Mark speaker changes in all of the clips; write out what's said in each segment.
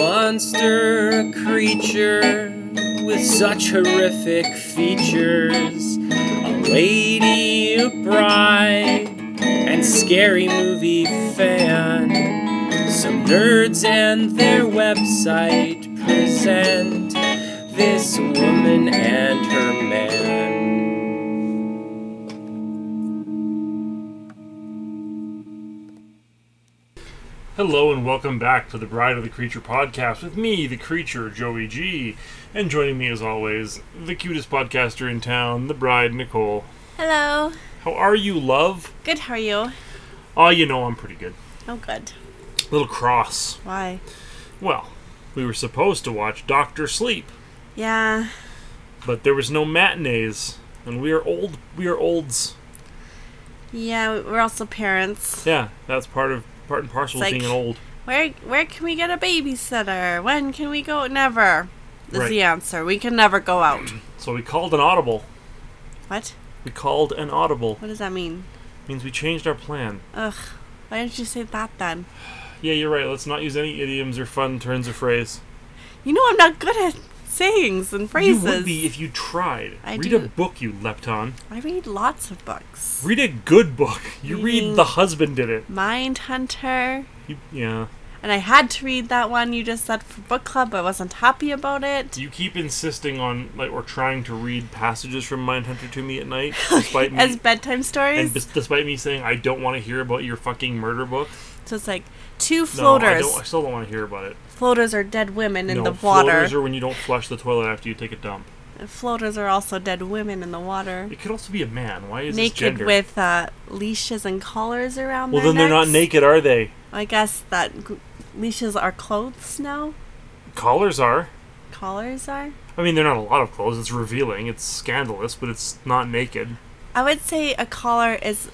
Speaker 1: monster, a creature with such horrific features. A lady, a bride, and scary movie fan. Some nerds and their website present this woman and her man.
Speaker 2: Hello and welcome back to the Bride of the Creature podcast with me, the creature, Joey G. And joining me as always, the cutest podcaster in town, the bride, Nicole.
Speaker 3: Hello.
Speaker 2: How are you, love?
Speaker 3: Good, how are you?
Speaker 2: Oh, you know I'm pretty good.
Speaker 3: Oh, good.
Speaker 2: Little cross.
Speaker 3: Why?
Speaker 2: Well, we were supposed to watch Doctor Sleep,
Speaker 3: Yeah.
Speaker 2: but there was no matinees, and we are old. We are olds.
Speaker 3: Yeah, we- we're also parents.
Speaker 2: Yeah, that's part of part and parcel of
Speaker 3: It's like-
Speaker 2: being an old.
Speaker 3: Where where can we get a babysitter? When can we go? Never. Is
Speaker 2: Right.
Speaker 3: the answer. We can never go out.
Speaker 2: So we called an audible.
Speaker 3: what?
Speaker 2: We called an audible.
Speaker 3: What does that mean?
Speaker 2: means we changed our plan.
Speaker 3: Ugh. Why didn't you say that then?
Speaker 2: Yeah, you're right. Let's not use any idioms or fun turns of phrase.
Speaker 3: You know I'm not good at sayings and phrases.
Speaker 2: You would be if you tried.
Speaker 3: I
Speaker 2: read
Speaker 3: do.
Speaker 2: a book, you lepton.
Speaker 3: I read lots of books.
Speaker 2: Read a good book. You
Speaker 3: Reading-
Speaker 2: read The Husband Did It.
Speaker 3: Mind Hunter.
Speaker 2: You, yeah.
Speaker 3: And I had to read that one you just said for book club. I wasn't happy about it.
Speaker 2: You keep insisting on like or trying to read passages from Mindhunter to me at night, despite me
Speaker 3: As bedtime stories.
Speaker 2: and bes- despite me saying I don't want to hear about your fucking murder book.
Speaker 3: So it's like two
Speaker 2: No, I,
Speaker 3: floaters.
Speaker 2: don't, I still don't want to hear about it.
Speaker 3: floaters are dead women in
Speaker 2: no,
Speaker 3: the water.
Speaker 2: floaters are when you don't flush the toilet after you take a dump.
Speaker 3: And floaters are also dead women in the water.
Speaker 2: It could also be a man. Why is this
Speaker 3: Naked
Speaker 2: gender?
Speaker 3: with uh, leashes and collars around
Speaker 2: well,
Speaker 3: their
Speaker 2: then they're not
Speaker 3: necks.
Speaker 2: naked, are they?
Speaker 3: I guess that g- leashes are clothes now.
Speaker 2: Collars are.
Speaker 3: Collars are.
Speaker 2: I mean, they're not a lot of clothes. It's revealing. It's scandalous, but it's not naked.
Speaker 3: I would say a collar is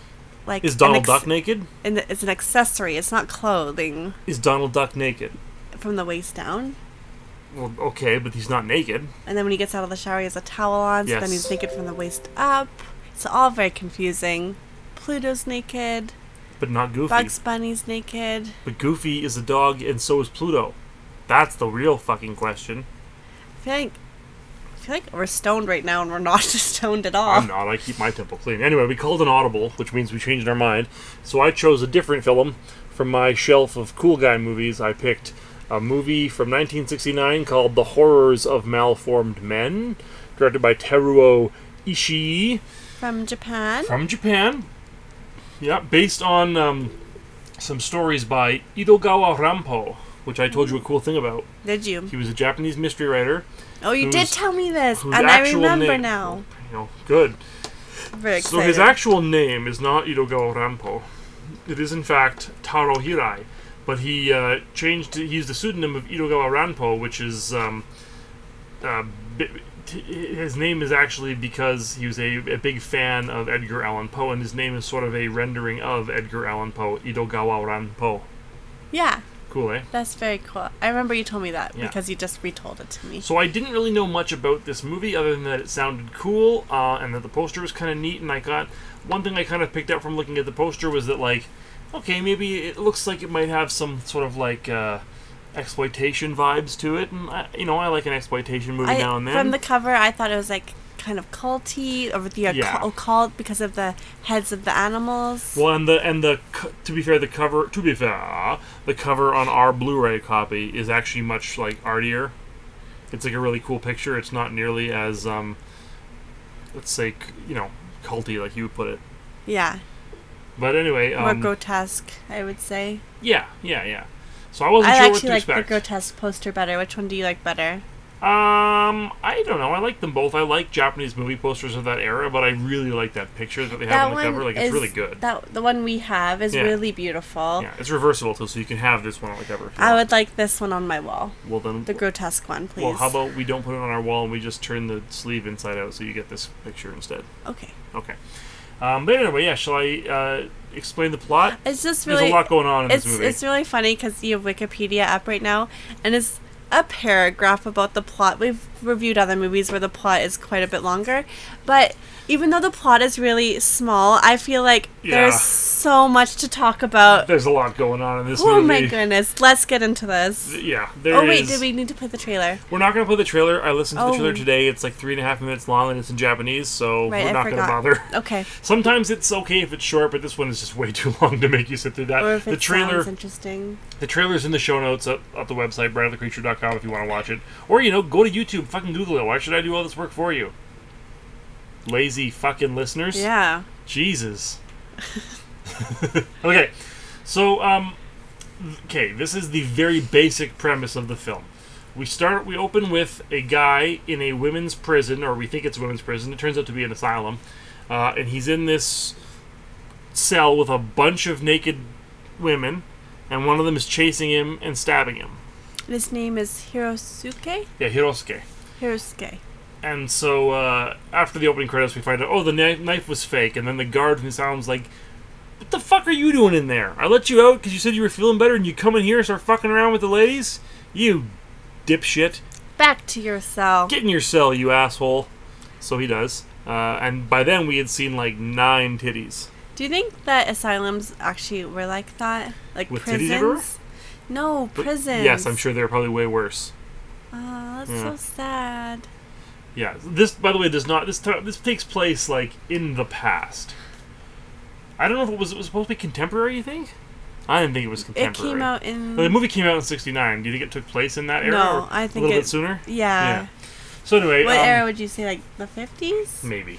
Speaker 3: like
Speaker 2: Is Donald
Speaker 3: an
Speaker 2: Duck naked?
Speaker 3: An, it's an accessory. It's not clothing
Speaker 2: Is Donald Duck naked?
Speaker 3: from the waist down.
Speaker 2: Well, okay, but he's not naked.
Speaker 3: And then when he gets out of the shower, he has a towel on. So
Speaker 2: Yes.
Speaker 3: then he's naked from the waist up. It's all very confusing. Pluto's naked.
Speaker 2: But not Goofy.
Speaker 3: Bugs Bunny's naked.
Speaker 2: But Goofy is a dog, and so is Pluto. That's the real fucking question.
Speaker 3: I feel like I feel like we're stoned right now, and we're not stoned at all.
Speaker 2: I'm not. I keep my temple clean. Anyway, we called an audible, which means we changed our mind. So I chose a different film from my shelf of cool guy movies. I picked a movie from 1969 called The Horrors of Malformed Men, directed by Teruo Ishii.
Speaker 3: From Japan.
Speaker 2: from Japan. Yeah, based on um, some stories by Idogawa Rampo, which I told you a cool thing about.
Speaker 3: Did you?
Speaker 2: He was a Japanese mystery writer.
Speaker 3: Oh, you did
Speaker 2: whose-
Speaker 3: tell me this,
Speaker 2: whose
Speaker 3: and I
Speaker 2: actual
Speaker 3: remember
Speaker 2: name-
Speaker 3: now.
Speaker 2: You know, good.
Speaker 3: I'm very
Speaker 2: So
Speaker 3: excited.
Speaker 2: his actual name is not Idogawa Rampo. It is in fact Taro Hirai, but he uh, changed. He used the pseudonym of Idogawa Rampo, which is um, uh, bi- t- his name is actually because he was a, a big fan of Edgar Allan Poe, and his name is sort of a rendering of Edgar Allan Poe, Idogawa Rampo.
Speaker 3: yeah,
Speaker 2: Cool, eh?
Speaker 3: that's very cool. I remember you told me that
Speaker 2: Yeah.
Speaker 3: because you just retold it to me.
Speaker 2: So I didn't really know much about this movie other than that it sounded cool uh, and that the poster was kind of neat. And I got one thing I kind of picked up from looking at the poster was that like, okay, maybe it looks like it might have some sort of like uh, exploitation vibes to it. And I, you know, I like an exploitation movie
Speaker 3: I,
Speaker 2: now and then.
Speaker 3: From the cover, I thought it was like kind of culty or the occ-
Speaker 2: Yeah.
Speaker 3: occult because of the heads of the animals.
Speaker 2: well, and the and the co- to be fair, the cover to be fair, the cover on our Blu-ray copy is actually much like artier. It's like a really cool picture. It's not nearly as um, let's say c- you know, culty like you would put it.
Speaker 3: yeah,
Speaker 2: But anyway,
Speaker 3: more
Speaker 2: um,
Speaker 3: grotesque, I would say.
Speaker 2: yeah, yeah, yeah. So I wasn't
Speaker 3: I
Speaker 2: sure what
Speaker 3: actually
Speaker 2: to
Speaker 3: like the
Speaker 2: expect.
Speaker 3: grotesque poster better. Which one do you like better?
Speaker 2: um, I don't know. I like them both. I like Japanese movie posters of that era, but I really like that picture that they have on the cover. Like, it's really good.
Speaker 3: That the one we have is
Speaker 2: Yeah.
Speaker 3: really beautiful.
Speaker 2: yeah, it's reversible too, so you can have this one on the cover. if you
Speaker 3: I
Speaker 2: want.
Speaker 3: would like this one on my wall,
Speaker 2: Well then,
Speaker 3: the grotesque one, please.
Speaker 2: well, how about we don't put it on our wall and we just turn the sleeve inside out, so you get this picture instead.
Speaker 3: okay,
Speaker 2: Okay. Um, but anyway, yeah. Shall I uh, explain the plot?
Speaker 3: it's just
Speaker 2: There's
Speaker 3: really
Speaker 2: a lot going on in
Speaker 3: it's
Speaker 2: this movie.
Speaker 3: it's really funny because you have Wikipedia up right now, and it's a paragraph about the plot. We've reviewed other movies where the plot is quite a bit longer, but even though the plot is really small, I feel like
Speaker 2: Yeah.
Speaker 3: there's so much to talk about.
Speaker 2: There's a lot going on in this
Speaker 3: Oh
Speaker 2: movie.
Speaker 3: my goodness, let's get into this.
Speaker 2: Yeah, there
Speaker 3: Oh wait,
Speaker 2: is-
Speaker 3: did we need to play the trailer?
Speaker 2: We're not gonna play the trailer. I listened to the trailer
Speaker 3: Oh.
Speaker 2: today. It's like three and a half minutes long, and it's in Japanese, so
Speaker 3: Right,
Speaker 2: we're
Speaker 3: I
Speaker 2: not
Speaker 3: forgot.
Speaker 2: gonna bother.
Speaker 3: Okay.
Speaker 2: Sometimes it's okay if it's short, but this one is just way too long to make you sit through that.
Speaker 3: Or if
Speaker 2: Uh, the
Speaker 3: it
Speaker 2: trailer,
Speaker 3: sounds interesting.
Speaker 2: the trailer's in the show notes up, up the website bradleycreature.com if you want to watch it, or you know, go to YouTube, fucking Google it. Why should I do all this work for you? Lazy fucking listeners.
Speaker 3: Yeah.
Speaker 2: Jesus. okay, so um, okay, this is the very basic premise of the film. We start, we open with a guy in a women's prison, or we think it's a women's prison. It turns out to be an asylum, uh, and he's in this cell with a bunch of naked women, and one of them is chasing him and stabbing him.
Speaker 3: His name is Hirosuke?
Speaker 2: Yeah, Hirosuke.
Speaker 3: Hirosuke.
Speaker 2: And so uh, after the opening credits, we find out, oh, the kni- knife was fake. And then the guard who sounds like, what the fuck are you doing in there? I let you out because you said you were feeling better, and you come in here and start fucking around with the ladies. You dipshit,
Speaker 3: Back to your cell.
Speaker 2: get in your cell, you asshole. So he does. Uh, and by then we had seen like nine titties.
Speaker 3: Do you think that asylums actually were like that? Like
Speaker 2: With titties everywhere?
Speaker 3: prisons? No,
Speaker 2: But-
Speaker 3: prisons.
Speaker 2: Yes, I'm sure they're probably way worse.
Speaker 3: Oh, that's
Speaker 2: Yeah.
Speaker 3: so sad.
Speaker 2: Yeah. This, by the way, does not. This t- this takes place like in the past. I don't know if it was, it was supposed to be contemporary. You think? I didn't think it was
Speaker 3: It
Speaker 2: contemporary.
Speaker 3: came out in.
Speaker 2: The movie came out in '69. Do you think it took place in that era?
Speaker 3: No,
Speaker 2: or
Speaker 3: I
Speaker 2: a
Speaker 3: think
Speaker 2: little
Speaker 3: it.
Speaker 2: bit sooner.
Speaker 3: Yeah.
Speaker 2: So anyway,
Speaker 3: What
Speaker 2: um, mm.
Speaker 3: era would you say? Like the 50s?
Speaker 2: maybe.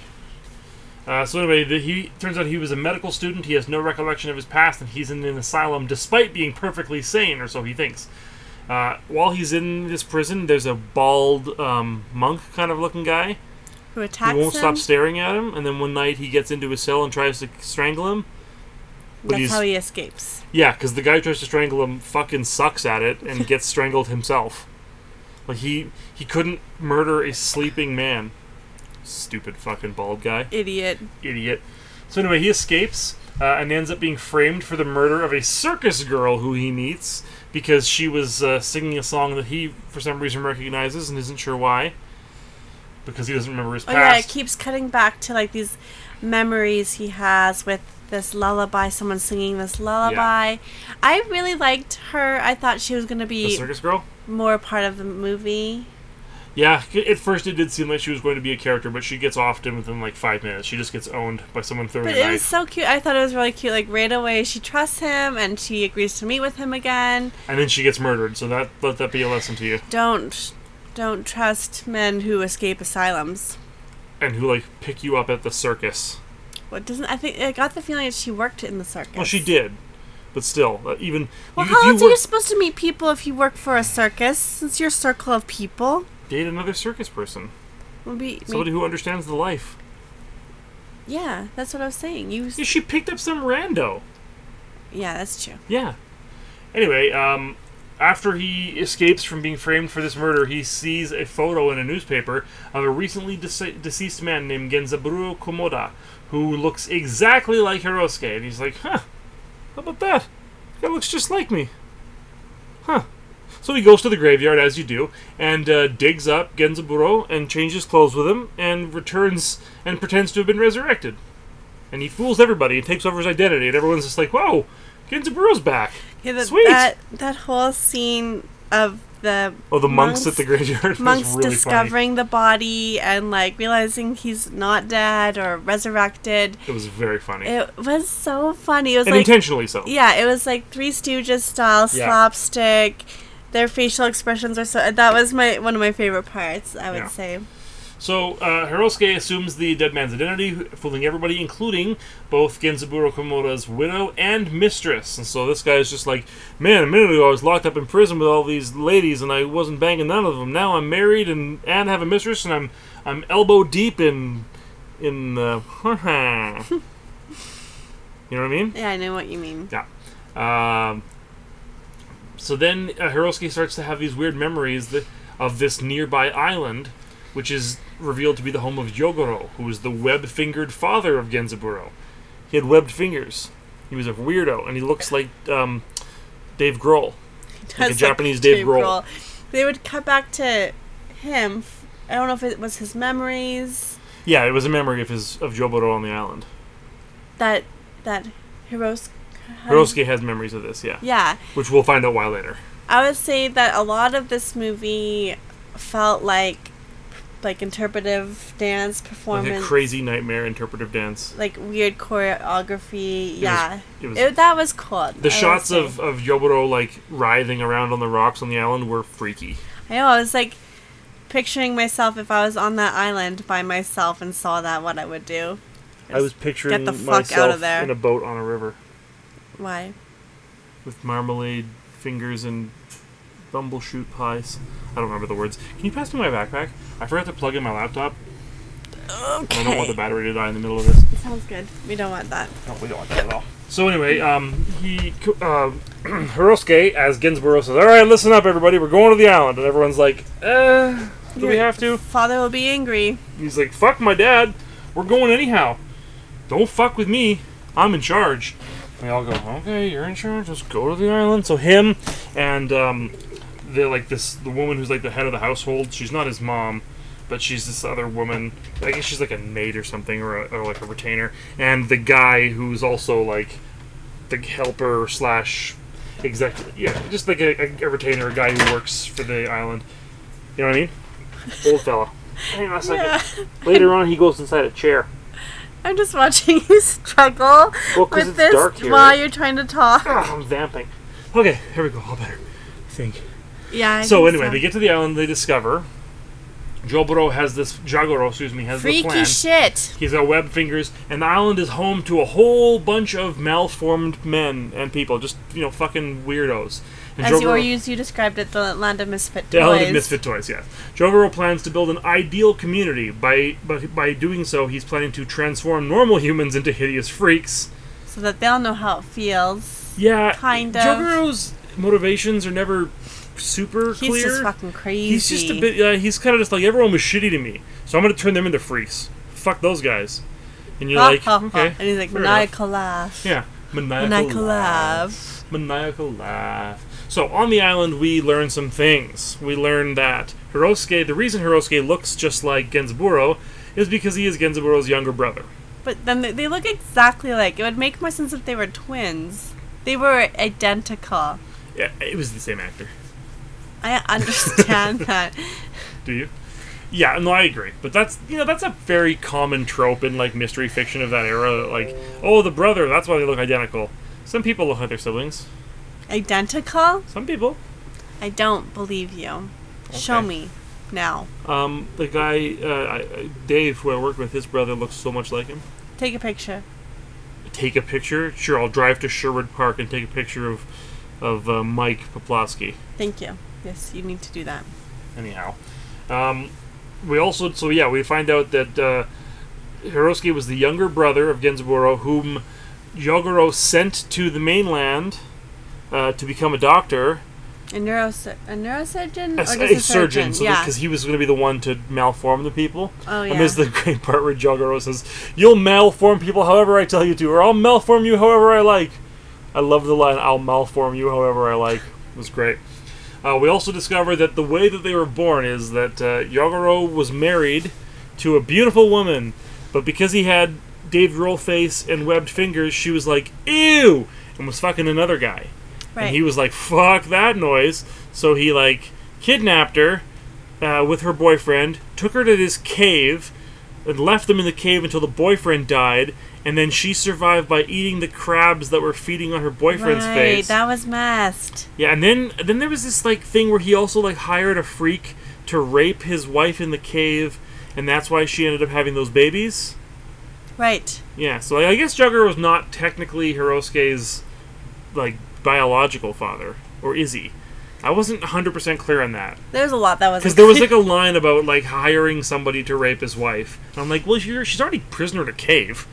Speaker 2: Uh, so anyway, the, he turns out he was a medical student. He has no recollection of his past, and he's in an asylum despite being perfectly sane, or so he thinks. Uh, while he's in this prison, there's a bald um, monk kind of looking guy
Speaker 3: Who attacks
Speaker 2: who won't
Speaker 3: him?
Speaker 2: stop staring at him. And then one night he gets into his cell and tries to strangle him. but
Speaker 3: That's
Speaker 2: he's-
Speaker 3: how he escapes.
Speaker 2: Yeah, because the guy who tries to strangle him fucking sucks at it and gets strangled himself. Like he he couldn't murder a sleeping man. Stupid fucking bald guy,
Speaker 3: Idiot.
Speaker 2: idiot. So anyway, he escapes uh, and ends up being framed for the murder of a circus girl who he meets because she was uh, singing a song that he for some reason recognizes and isn't sure why. Because he doesn't remember his
Speaker 3: Oh yeah, it
Speaker 2: past.
Speaker 3: keeps cutting back to like these memories he has with this lullaby. Someone singing this lullaby. I really liked her. I thought she was gonna
Speaker 2: the
Speaker 3: be
Speaker 2: circus girl.
Speaker 3: more part of the movie.
Speaker 2: Yeah, c- at first it did seem like she was going to be a character, but she gets offed in within like five minutes. She just gets owned by someone throwing
Speaker 3: But
Speaker 2: a
Speaker 3: it
Speaker 2: knife.
Speaker 3: was so cute. I thought it was really cute. Like right away, she trusts him and she agrees to meet with him again.
Speaker 2: and then she gets murdered. So that let that be a lesson to you.
Speaker 3: Don't, don't trust men who escape asylums.
Speaker 2: And who like pick you up at the circus?
Speaker 3: What doesn't I think? I got the feeling that she worked in the circus.
Speaker 2: Well, she did, but still, uh, even
Speaker 3: Well,
Speaker 2: you-
Speaker 3: how
Speaker 2: if
Speaker 3: else
Speaker 2: you
Speaker 3: are you
Speaker 2: were,
Speaker 3: supposed to meet people if you work for a circus? Since your circle of people
Speaker 2: date another circus person,
Speaker 3: will be
Speaker 2: somebody who understands the life.
Speaker 3: Yeah, that's what I was saying. You,
Speaker 2: Yeah, she picked up some rando.
Speaker 3: yeah, that's true.
Speaker 2: Yeah. Anyway, um, after he escapes from being framed for this murder, he sees a photo in a newspaper of a recently dece- deceased man named Genzaburo Komoda, who looks exactly like Hirosuke, and he's like, "Huh? How about that? That looks just like me." Huh. So he goes to the graveyard as you do, and uh, digs up Genzaburo and changes clothes with him, and returns and pretends to have been resurrected. And he fools everybody and takes over his identity, and everyone's just like, "Whoa, Genzaburo's back!"
Speaker 3: Yeah, that,
Speaker 2: Sweet.
Speaker 3: that that whole scene of the
Speaker 2: Oh, the monks, at the graveyard.
Speaker 3: monks
Speaker 2: was really Funny.
Speaker 3: discovering the body and like realizing he's not dead or resurrected.
Speaker 2: It was very funny,
Speaker 3: It was so funny. It was
Speaker 2: and
Speaker 3: like
Speaker 2: intentionally so.
Speaker 3: yeah, it was like Three Stooges style
Speaker 2: Yeah.
Speaker 3: slapstick. Their facial expressions are so. That was my one of my favorite parts. I would
Speaker 2: Yeah.
Speaker 3: say.
Speaker 2: So uh, Hirosuke assumes the dead man's identity, fooling everybody, including both Genzaburo Komoda's widow and mistress. And so this guy is just like, man, a minute ago I was locked up in prison with all these ladies, and I wasn't banging none of them. Now I'm married and and have a mistress, and I'm I'm elbow deep in in the. you know what I mean?
Speaker 3: Yeah, I know what you mean.
Speaker 2: Yeah. Um, so then uh, Hirosuke starts to have these weird memories that, of this nearby island, which is revealed to be the home of Yogoro, who was the web fingered father of Genzaburo. He had webbed fingers. He was a weirdo, and he looks like um, Dave Grohl.
Speaker 3: Does look
Speaker 2: Japanese Dave Grohl.
Speaker 3: They would cut back to him. f- I don't know if it was his memories
Speaker 2: Yeah, it was a memory of his of Yogoro on the island.
Speaker 3: that that Hiroski.
Speaker 2: Hiroski has memories of this, yeah.
Speaker 3: Yeah.
Speaker 2: Which we'll find out why later.
Speaker 3: I would say that a lot of this movie felt like like interpretive dance
Speaker 2: Like
Speaker 3: performance,
Speaker 2: a crazy nightmare interpretive dance.
Speaker 3: like weird choreography. yeah,
Speaker 2: It was,
Speaker 3: It- that was cool. I
Speaker 2: the
Speaker 3: would
Speaker 2: shots
Speaker 3: say.
Speaker 2: of, of Yoboro like writhing around on the rocks on the island were freaky.
Speaker 3: I know I was like picturing myself if I was on that island by myself and saw that, what I would do.
Speaker 2: I was picturing
Speaker 3: get the fuck out of
Speaker 2: myself
Speaker 3: there.
Speaker 2: in a boat on a river
Speaker 3: Why?
Speaker 2: with marmalade fingers and bumbleshoot pies. I don't remember the words. Can you pass me my backpack? I forgot to plug in my laptop.
Speaker 3: Okay.
Speaker 2: and I don't want the battery to die in the middle of this.
Speaker 3: Sounds good. We don't want that.
Speaker 2: No, we don't want that at all. So anyway, um, he uh, Hirosuke as Gensburo says, "All right, listen up, everybody. We're going to the island." And everyone's like, "Uh, do we
Speaker 3: You're-
Speaker 2: have to?"
Speaker 3: Father will be angry.
Speaker 2: And he's like, "Fuck my dad. We're going anyhow. Don't fuck with me. I'm in charge." And they all go, "Okay, you're in charge. Let's go to the island." So him and um, the like this the woman who's like the head of the household. She's not his mom, but she's this other woman. I guess she's like a maid or something, or, a, or like a retainer. And the guy who's also like the helper slash executive. Yeah, just like a, a, a retainer, a guy who works for the island. You know what I mean? Old fella. Hang on a second.
Speaker 3: Yeah.
Speaker 2: Later on, he goes inside a chair.
Speaker 3: I'm just watching you struggle
Speaker 2: Well, 'cause
Speaker 3: with
Speaker 2: it's
Speaker 3: this
Speaker 2: dark here.
Speaker 3: while you're trying to talk.
Speaker 2: Ah, I'm vamping. Okay, here we go. All better. I think.
Speaker 3: Yeah. I
Speaker 2: so
Speaker 3: think
Speaker 2: anyway, they get to the island. They discover Joboro has this Jagoro, excuse me, has the
Speaker 3: freaky
Speaker 2: plan.
Speaker 3: shit.
Speaker 2: He's got web fingers, and the island is home to a whole bunch of malformed men and people, just you know, fucking weirdos. And
Speaker 3: As you, or
Speaker 2: Jogoro-
Speaker 3: you, you described it, the land of misfit toys.
Speaker 2: the Island of Misfit Toys, yes. Jogoro plans to build an ideal community. By, by by doing so, he's planning to transform normal humans into hideous freaks.
Speaker 3: So that they'll know how it feels.
Speaker 2: Yeah,
Speaker 3: Kind of.
Speaker 2: Jogoro's motivations are never super
Speaker 3: He's
Speaker 2: clear.
Speaker 3: just fucking crazy.
Speaker 2: he's just a bit. Uh, he's kind of just like everyone was shitty to me, so I'm gonna turn them into freaks. Fuck those guys. And you're
Speaker 3: Ha,
Speaker 2: like,
Speaker 3: ha, ha.
Speaker 2: okay,
Speaker 3: And he's like,
Speaker 2: fair enough."
Speaker 3: maniacal laugh.
Speaker 2: Yeah, maniacal,
Speaker 3: Maniacal
Speaker 2: laugh.
Speaker 3: laugh.
Speaker 2: Maniacal laugh. So on the island, we learn some things. We learn that Hirosuke, the reason Hirosuke looks just like Genzaburo, is because he is Genzaburo's younger brother.
Speaker 3: But then they, they look exactly like. It would make more sense if they were twins. They were identical.
Speaker 2: Yeah, it was the same actor.
Speaker 3: I understand that.
Speaker 2: Do you? Yeah, no, I agree. But that's you know that's a very common trope in like mystery fiction of that era. that, Like, oh, the brother. That's why they look identical. Some people look like their siblings.
Speaker 3: Identical?
Speaker 2: Some people.
Speaker 3: I don't believe you. Show
Speaker 2: Okay.
Speaker 3: me now.
Speaker 2: Um, the guy uh, I- I, Dave, who I work with, his brother looks so much like him.
Speaker 3: Take a picture.
Speaker 2: Take a picture. Sure, I'll drive to Sherwood Park and take a picture of of uh, Mike Poplowski.
Speaker 3: Thank you. Yes, you need to do that.
Speaker 2: anyhow. Um, we also so yeah we find out that uh, Hiroski was the younger brother of Genzaburo, whom Yogoro sent to the mainland uh, to become a doctor,
Speaker 3: A, neuros- a neurosurgeon?
Speaker 2: a,
Speaker 3: or just
Speaker 2: a surgeon, so
Speaker 3: yeah.
Speaker 2: because he was going to be the one to malform the people.
Speaker 3: oh, yeah.
Speaker 2: And there's the great part where Jogoro says, "You'll malform people however I tell you to, or I'll malform you however I like." I love the line, "I'll malform you however I like." It was great. Uh, we also discover that the way that they were born is that uh, Yogoro was married to a beautiful woman, but because he had Dave roll face and webbed fingers, she was like, "Ew," and was fucking another guy.
Speaker 3: right.
Speaker 2: And he was like, fuck that noise. So he, like, kidnapped her uh, with her boyfriend, took her to this cave, and left them in the cave until the boyfriend died. And then she survived by eating the crabs that were feeding on her boyfriend's
Speaker 3: right.
Speaker 2: face.
Speaker 3: That was messed.
Speaker 2: yeah, and then then there was this like thing where he also like hired a freak to rape his wife in the cave, and that's why she ended up having those babies.
Speaker 3: Right.
Speaker 2: Yeah, so I guess Jugger was not technically Hirosuke's like biological father, or is he? I wasn't 100% clear on that
Speaker 3: There's a lot that was.
Speaker 2: because there was like a line about like hiring somebody to rape his wife, and I'm like, well, you're, she's already prisoner in a cave.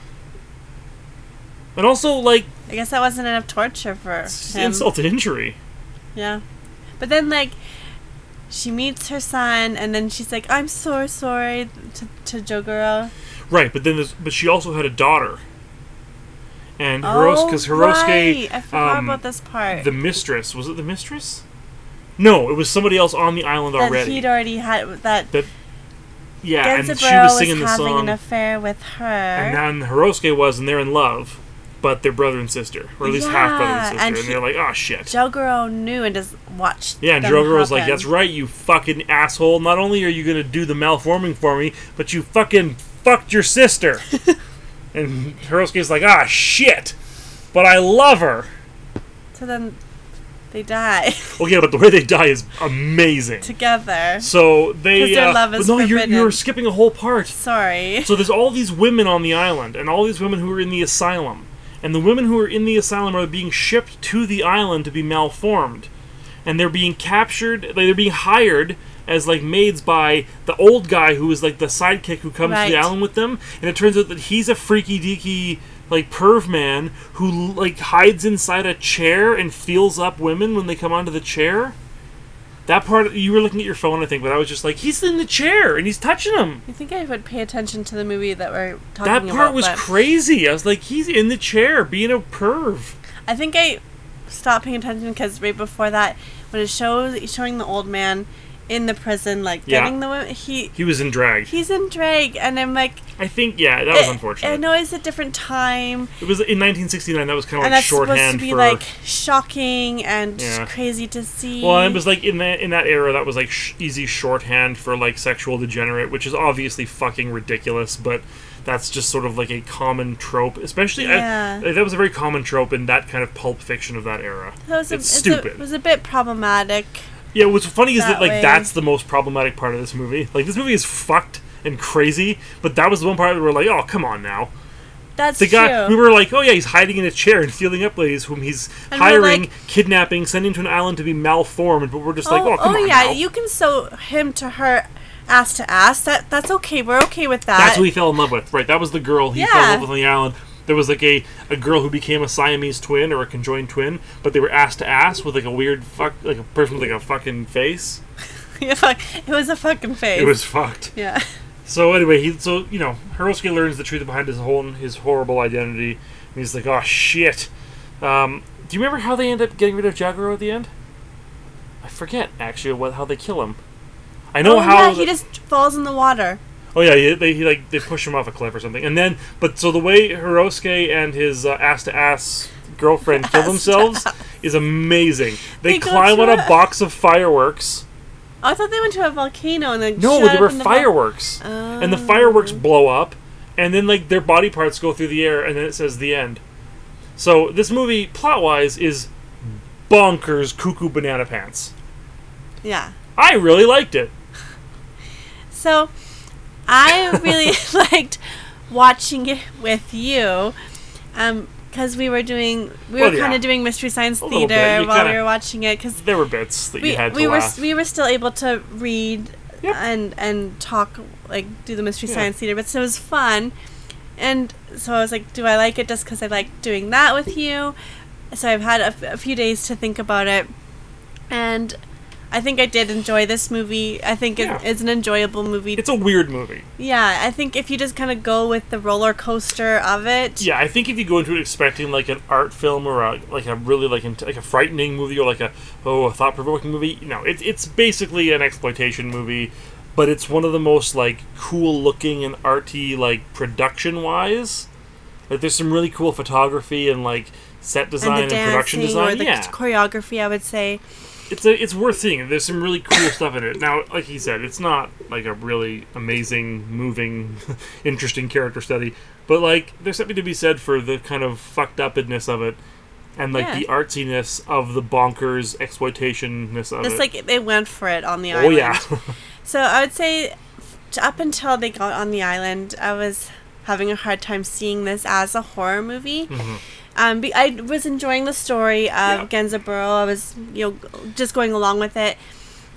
Speaker 2: And also, like,
Speaker 3: I guess that wasn't enough torture for
Speaker 2: it's
Speaker 3: him.
Speaker 2: insult to injury.
Speaker 3: Yeah. But then, like, she meets her son, and then she's like, I'm so sorry to, to Jogoro.
Speaker 2: Right, but then, there's, but she also had a daughter, and Hiros because
Speaker 3: Oh,
Speaker 2: Hirosuke,
Speaker 3: right. I forgot
Speaker 2: um,
Speaker 3: about this part.
Speaker 2: the mistress, was it the mistress? No, it was somebody else on the island
Speaker 3: that
Speaker 2: already.
Speaker 3: he'd already had that
Speaker 2: yeah, and she
Speaker 3: Genzaburo
Speaker 2: was
Speaker 3: was,
Speaker 2: singing the
Speaker 3: having
Speaker 2: song.
Speaker 3: an affair with her.
Speaker 2: and then Hirosuke was, and they're in love. but they're brother and sister, or at least half brother and
Speaker 3: Yeah,
Speaker 2: sister, and,
Speaker 3: and he-
Speaker 2: they're like, oh shit.
Speaker 3: Jogoro knew and just watched.
Speaker 2: yeah, and
Speaker 3: them
Speaker 2: Jogo's like,
Speaker 3: happen.
Speaker 2: that's right, you fucking asshole. Not only are you gonna do the malforming for me, but you fucking fucked your sister. and Hirosuke's like, ah shit, but I love her.
Speaker 3: So then they die
Speaker 2: Okay, but the way they die is amazing.
Speaker 3: together.
Speaker 2: So they
Speaker 3: 'Cause their
Speaker 2: uh,
Speaker 3: love is
Speaker 2: no, you're,
Speaker 3: forbidden.
Speaker 2: you're skipping a whole part.
Speaker 3: Sorry.
Speaker 2: So there's all these women on the island, and all these women who are in the asylum, and the women who are in the asylum are being shipped to the island to be malformed, and they're being captured. like, They're being hired as like maids by the old guy who is like the sidekick who comes to
Speaker 3: Right.
Speaker 2: the island with them, and it turns out that he's a freaky deaky like perv man who like hides inside a chair and feels up women when they come onto the chair. That part you were looking at your phone, I think, but I was just like, he's in the chair and he's touching him.
Speaker 3: You think I would pay attention to the movie that we're talking
Speaker 2: That
Speaker 3: about?
Speaker 2: part was
Speaker 3: but
Speaker 2: crazy. I was like, he's in the chair being a perv.
Speaker 3: I think I stopped paying attention because right before that, when it shows showing the old man in the prison, like
Speaker 2: Yeah.
Speaker 3: getting the women, he Eh,
Speaker 2: He was in drag.
Speaker 3: he's in drag, and I'm like,
Speaker 2: I think, yeah, that was
Speaker 3: it-
Speaker 2: unfortunate.
Speaker 3: I know it's a different time,
Speaker 2: It was in 1969. That was kind of
Speaker 3: and
Speaker 2: like
Speaker 3: that's supposed to
Speaker 2: shorthand
Speaker 3: be
Speaker 2: for.
Speaker 3: like shocking and just
Speaker 2: Yeah.
Speaker 3: crazy to see.
Speaker 2: well, it was like in that in that era, that was like sh- easy shorthand for like sexual degenerate, which is obviously fucking ridiculous, but that's just sort of like a common trope. Especially, I-
Speaker 3: Yeah.
Speaker 2: like, that was a very common trope in that kind of pulp fiction of that era.
Speaker 3: That was a,
Speaker 2: it's
Speaker 3: a-
Speaker 2: stupid.
Speaker 3: was a bit problematic.
Speaker 2: Yeah, what's funny is that,
Speaker 3: that
Speaker 2: like
Speaker 3: way.
Speaker 2: that's the most problematic part of this movie. Like this movie is fucked and crazy, but that was the one part where we're like, oh come on now.
Speaker 3: That's
Speaker 2: The guy
Speaker 3: true.
Speaker 2: we were like, oh yeah, he's hiding in a chair and feeling up ladies whom he's
Speaker 3: And we're
Speaker 2: hiring,
Speaker 3: like-
Speaker 2: kidnapping, sending to an island to be malformed, but we're just like,
Speaker 3: oh,
Speaker 2: oh come
Speaker 3: oh,
Speaker 2: on
Speaker 3: yeah,
Speaker 2: now.
Speaker 3: you can sew him to her, ass to ass. That that's okay. We're okay with that.
Speaker 2: That's who he fell in love with, right? That was the girl he fell in
Speaker 3: Yeah.
Speaker 2: love with on the island. There was like a, a girl who became a Siamese twin or a conjoined twin, but they were ass to ass with like a weird fuck, like a person with like a fucking face.
Speaker 3: Yeah, fuck. It was a fucking face.
Speaker 2: It was fucked.
Speaker 3: Yeah.
Speaker 2: So anyway, he so you know Hirosuke learns the truth behind his whole his horrible identity, and he's like, "Oh shit!" Um, do you remember how they end up getting rid of Jagoro at the end? I forget actually what how they kill him. I know
Speaker 3: oh,
Speaker 2: how.
Speaker 3: yeah, he just falls in the water.
Speaker 2: oh yeah, he, they he, like they push him off a cliff or something, and then but so the way Hirosuke and his uh, ass to ass girlfriend kill themselves is amazing. They,
Speaker 3: They go
Speaker 2: climb
Speaker 3: to
Speaker 2: on a
Speaker 3: a-
Speaker 2: box of fireworks.
Speaker 3: Oh, I thought they went to a volcano and then
Speaker 2: No,
Speaker 3: shot
Speaker 2: they
Speaker 3: up
Speaker 2: were
Speaker 3: in the Oh.
Speaker 2: fireworks. And the fireworks blow up, and then like their body parts go through the air, and then it says the end. So this movie, plot wise, is bonkers cuckoo banana pants.
Speaker 3: Vol- yeah.
Speaker 2: I really liked it.
Speaker 3: So, I really liked watching it with you, um, because we were doing we
Speaker 2: Well,
Speaker 3: were kind
Speaker 2: yeah.
Speaker 3: of doing mystery science
Speaker 2: A little bit.
Speaker 3: theater
Speaker 2: You
Speaker 3: while we
Speaker 2: kinda-
Speaker 3: were watching it because
Speaker 2: There were bits that you
Speaker 3: we
Speaker 2: had to
Speaker 3: we were
Speaker 2: laugh.
Speaker 3: s we were still able to read
Speaker 2: Yep.
Speaker 3: and and talk like do the mystery
Speaker 2: Yeah.
Speaker 3: science theater, but so it was fun. And so I was like, do I like it just because I like doing that with you? So I've had a, f- a few days to think about it, and I think I did enjoy this movie. I think it,
Speaker 2: Yeah.
Speaker 3: it's an enjoyable movie.
Speaker 2: It's a weird movie.
Speaker 3: yeah, I think if you just kind of go with the roller coaster of it,
Speaker 2: Yeah, I think if you go into it expecting like an art film or a, like a really like int- like a frightening movie or like a oh a thought provoking movie, no, it's it's basically an exploitation movie, but it's one of the most like cool looking and arty like production wise. Like there's some really cool photography and like set
Speaker 3: and
Speaker 2: design
Speaker 3: the
Speaker 2: and, production
Speaker 3: dancing
Speaker 2: design.
Speaker 3: or the
Speaker 2: yeah,
Speaker 3: choreography, I would say.
Speaker 2: it's a, it's worth seeing. There's some really cool stuff in it. Now, like he said, it's not like a really amazing, moving, interesting character study, but like there's something to be said for the kind of fucked upness of it, and like
Speaker 3: Yeah.
Speaker 2: the artsiness of the bonkers exploitationness of
Speaker 3: It's
Speaker 2: it.
Speaker 3: like they went for it on the
Speaker 2: oh
Speaker 3: island.
Speaker 2: yeah,
Speaker 3: So I would say, t- up until they got on the island, I was having a hard time seeing this as a horror movie. Um, be- I was enjoying the story of
Speaker 2: Mm-hmm. Yeah.
Speaker 3: Genzaburo. I was, you know, g- just going along with it,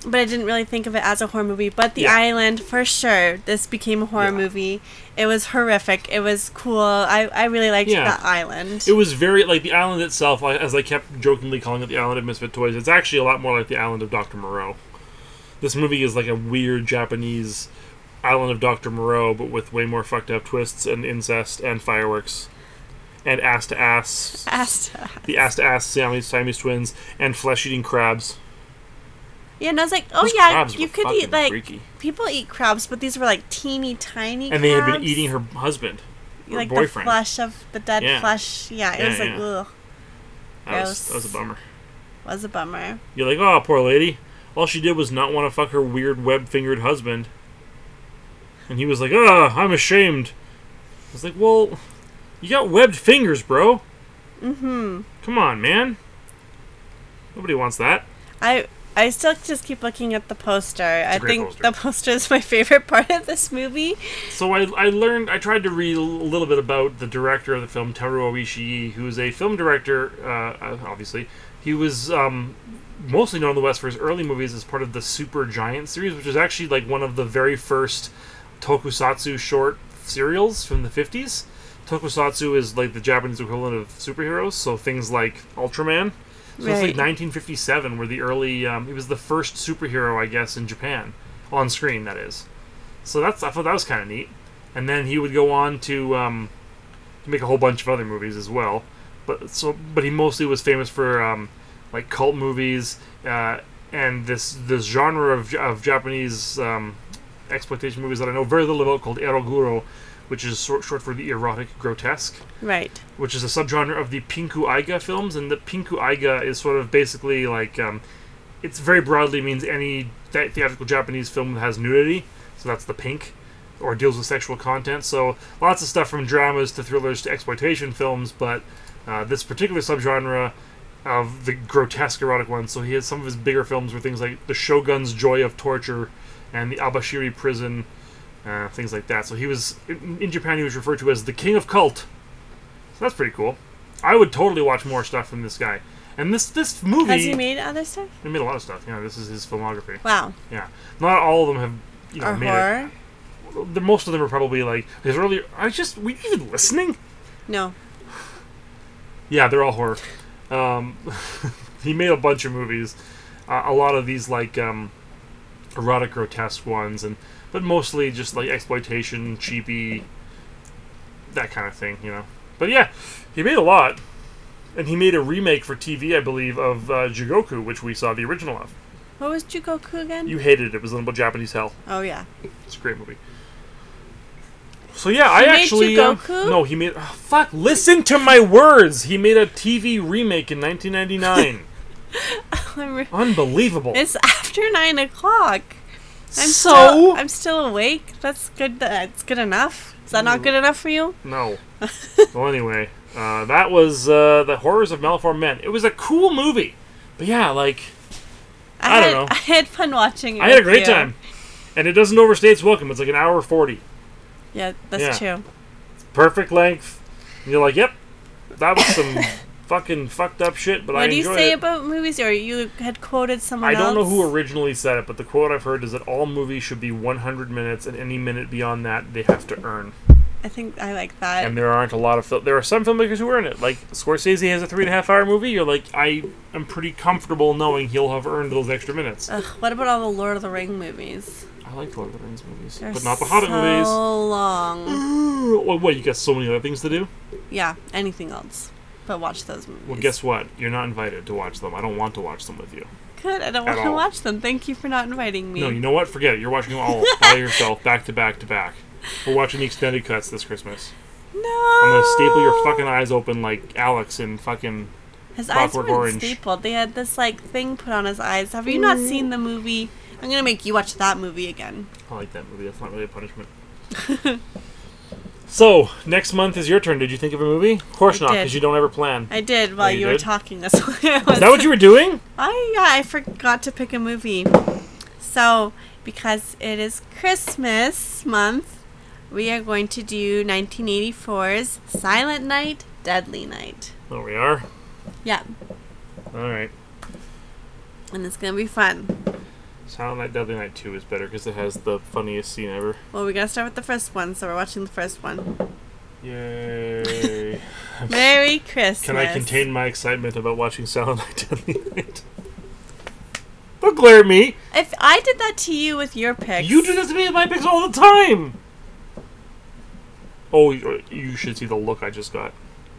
Speaker 3: but I didn't really think of it as a horror movie. But the
Speaker 2: Yeah.
Speaker 3: island, for sure, this became a horror
Speaker 2: Yeah.
Speaker 3: movie. It was horrific. It was cool. I, I really liked
Speaker 2: Yeah.
Speaker 3: that island.
Speaker 2: it was very like the island itself. I, as I kept jokingly calling it the island of misfit toys, it's actually a lot more like the island of Doctor Moreau. This movie is like a weird Japanese island of Doctor Moreau, but with way more fucked up twists and incest and fireworks, and ass to ass,
Speaker 3: Asta.
Speaker 2: the ass to ass Siamese, Siamese twins, and flesh eating crabs.
Speaker 3: Yeah, and I was like, oh
Speaker 2: Those
Speaker 3: yeah,
Speaker 2: crabs were
Speaker 3: you could
Speaker 2: fucking
Speaker 3: eat like
Speaker 2: freaky.
Speaker 3: people eat crabs, but these were like teeny tiny.
Speaker 2: and they had been
Speaker 3: crabs.
Speaker 2: eating her husband. or
Speaker 3: like the
Speaker 2: boyfriend.
Speaker 3: flesh of the dead
Speaker 2: Yeah.
Speaker 3: flesh. Yeah, it
Speaker 2: Yeah,
Speaker 3: was like
Speaker 2: yeah.
Speaker 3: ugh,
Speaker 2: that, was, that was a
Speaker 3: gross.
Speaker 2: bummer.
Speaker 3: was a bummer.
Speaker 2: You're like, oh, poor lady. All she did was not want to fuck her weird web fingered husband. And he was like, ah, I'm ashamed. I was like, well, you got webbed fingers, bro.
Speaker 3: Mm-hmm.
Speaker 2: Come on, man. Nobody wants that.
Speaker 3: I I still just keep looking at the poster. I
Speaker 2: great
Speaker 3: think
Speaker 2: poster.
Speaker 3: the poster is my favorite part of this movie.
Speaker 2: So I, I learned, I tried to read a little bit about the director of the film, Teruo Ishii, who is a film director, uh, obviously. He was um, mostly known in the West for his early movies as part of the Super Giant series, which is actually like one of the very first tokusatsu short serials from the 50s. Tokusatsu is like the Japanese equivalent of superheroes, so things like Ultraman. So it's like
Speaker 3: Right.
Speaker 2: 1957, where the early um, he was the first superhero, I guess, in Japan on screen. That is. So that's I thought that was kind of neat. And then he would go on to um, to make a whole bunch of other movies as well. But so but he mostly was famous for um, like cult movies uh, and this this genre of, of Japanese um, exploitation movies that I know very little about called eroguro, which is short, short for the erotic grotesque
Speaker 3: Right.
Speaker 2: which is a subgenre of the Pinku Aiga films, and the Pinku Aiga is sort of basically like um, it's very broadly means any the- theatrical Japanese film that has nudity, so that's the pink, or deals with sexual content. So lots of stuff from dramas to thrillers to exploitation films, but uh, this particular subgenre of the grotesque erotic ones. So he has some of his bigger films were things like The Shogun's Joy of Torture and The Abashiri Prison. Uh, things like that. So he was in, in Japan. He was referred to as the king of cult. So that's pretty cool. I would totally watch more stuff from this guy. And this this movie
Speaker 3: Has he made other stuff?
Speaker 2: he made a lot of stuff. Yeah, this is his filmography.
Speaker 3: Wow.
Speaker 2: Yeah, not all of them have you know
Speaker 3: Or
Speaker 2: made
Speaker 3: horror?
Speaker 2: it. The, most of them are probably like his earlier. I just were you even listening?
Speaker 3: No.
Speaker 2: Yeah, they're all horror. Um, he made a bunch of movies. Uh, a lot of these like um, erotic grotesque ones, and but mostly just like exploitation, cheapy, that kind of thing, you know. But yeah, he made a lot, and he made a remake for TV, I believe, of uh, Jigoku, which we saw the original of.
Speaker 3: What was Jugoku again?
Speaker 2: You hated it. It was a little bit Japanese hell.
Speaker 3: oh yeah.
Speaker 2: It's a great movie. So yeah, I
Speaker 3: made
Speaker 2: actually uh,
Speaker 3: Jugoku?
Speaker 2: no, he made oh, fuck. Listen to my words. He made a TV remake in 1999.
Speaker 3: I'm re-
Speaker 2: Unbelievable.
Speaker 3: It's after nine o'clock. I'm
Speaker 2: so
Speaker 3: still, I'm still awake. That's good. That's good enough. Is that not good enough for you?
Speaker 2: no. well, anyway, uh, that was uh, the horrors of malformed men. It was a cool movie, but yeah, like I
Speaker 3: had,
Speaker 2: don't know.
Speaker 3: I had fun watching it.
Speaker 2: I had a
Speaker 3: with
Speaker 2: great
Speaker 3: you.
Speaker 2: time, and it doesn't overstay its welcome. It's like an hour forty,
Speaker 3: Yeah, that's
Speaker 2: Yeah.
Speaker 3: true.
Speaker 2: perfect length. And you're like, yep, that was some fucking fucked up shit, but I
Speaker 3: what do you
Speaker 2: enjoyed
Speaker 3: say
Speaker 2: it.
Speaker 3: about movies? Or you had quoted someone
Speaker 2: I don't know
Speaker 3: else?
Speaker 2: who originally said it, but the quote I've heard is that all movies should be 100 minutes, and any minute beyond that, they have to earn.
Speaker 3: I think I like that.
Speaker 2: And there aren't a lot of fil- there are some filmmakers who earn it. Like Scorsese has a three and a half hour movie. You're like, I am pretty comfortable knowing he'll have earned those extra minutes.
Speaker 3: Ugh, what about all the Lord of the Ring movies?
Speaker 2: I like Lord of the Rings movies,
Speaker 3: They're
Speaker 2: but not the Hobbit
Speaker 3: so
Speaker 2: movies.
Speaker 3: long.
Speaker 2: Well, what you got so many other things to do?
Speaker 3: Yeah, anything else. But watch those movies.
Speaker 2: Well, guess what? You're not invited to watch them. I don't want to watch them with you.
Speaker 3: Good. I don't
Speaker 2: At
Speaker 3: want to
Speaker 2: all.
Speaker 3: watch them. Thank you for not inviting me.
Speaker 2: No, you know what? Forget it. You're watching them all by yourself, back to back to back. We're watching the extended cuts this Christmas.
Speaker 3: No.
Speaker 2: I'm gonna staple your fucking eyes open like Alex and fucking.
Speaker 3: His eyes
Speaker 2: Clockwork
Speaker 3: weren't
Speaker 2: Orange.
Speaker 3: stapled. They had this like thing put on his eyes. Have you not seen the movie? I'm gonna make you watch that movie again.
Speaker 2: I like that movie. That's not really a punishment. so next month is your turn. Did you think of a movie? Of course
Speaker 3: I
Speaker 2: not,
Speaker 3: did.
Speaker 2: because you don't ever plan.
Speaker 3: I did while
Speaker 2: Oh, you
Speaker 3: you, were
Speaker 2: did?
Speaker 3: talking. That's why I was.
Speaker 2: Is that what you were doing?
Speaker 3: I Oh, yeah, I forgot to pick a movie. So because it is Christmas month, we are going to do 1984's Silent Night, Deadly Night.
Speaker 2: There we are.
Speaker 3: Yeah,
Speaker 2: All right.
Speaker 3: and it's gonna be fun.
Speaker 2: Silent Night, Deadly Night Two is better because it has the funniest scene ever.
Speaker 3: Well, we gotta start with the first one, so we're watching the first one.
Speaker 2: Yay!
Speaker 3: Merry Christmas.
Speaker 2: Can I contain my excitement about watching Silent Night, Deadly Night? Don't glare at me.
Speaker 3: If I did that to you with your picks,
Speaker 2: You do this to me with my pics all the time. Oh, you you should see the look I just got.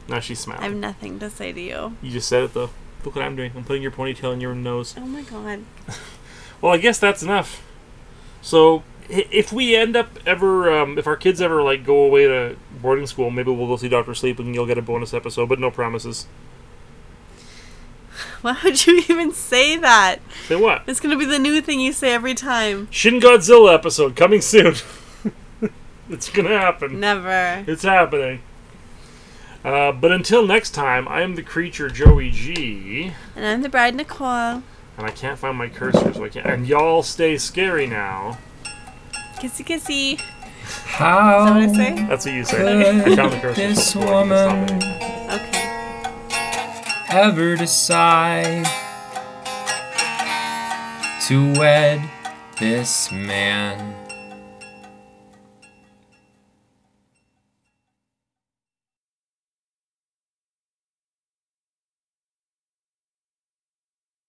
Speaker 2: Now she's
Speaker 3: I
Speaker 2: smiling.
Speaker 3: have nothing to say to you.
Speaker 2: You just said it though. Look what I'm doing. I'm putting your ponytail in your nose.
Speaker 3: Oh my god.
Speaker 2: Well, I guess that's enough. So i- if we end up ever, um, if our kids ever like go away to boarding school, maybe we'll go see Doctor Sleep and you'll get a bonus episode, but no promises.
Speaker 3: Why would you even say that?
Speaker 2: Say what?
Speaker 3: It's gonna be the new thing you say every time.
Speaker 2: Shin Godzilla episode coming soon. it's gonna happen.
Speaker 3: Never.
Speaker 2: It's happening. Uh, but until next time, I am the creature Joey G,
Speaker 3: And I'm the bride, Nicole.
Speaker 2: and I can't find my cursor, so I can't. And y'all stay scary now.
Speaker 3: Kissy kissy. Is that what I
Speaker 1: How
Speaker 3: say?
Speaker 2: That's what you say. I found the
Speaker 1: could
Speaker 2: cursor.
Speaker 1: this
Speaker 2: so I can stop it.
Speaker 1: woman
Speaker 3: Okay.
Speaker 1: ever decide to wed this man?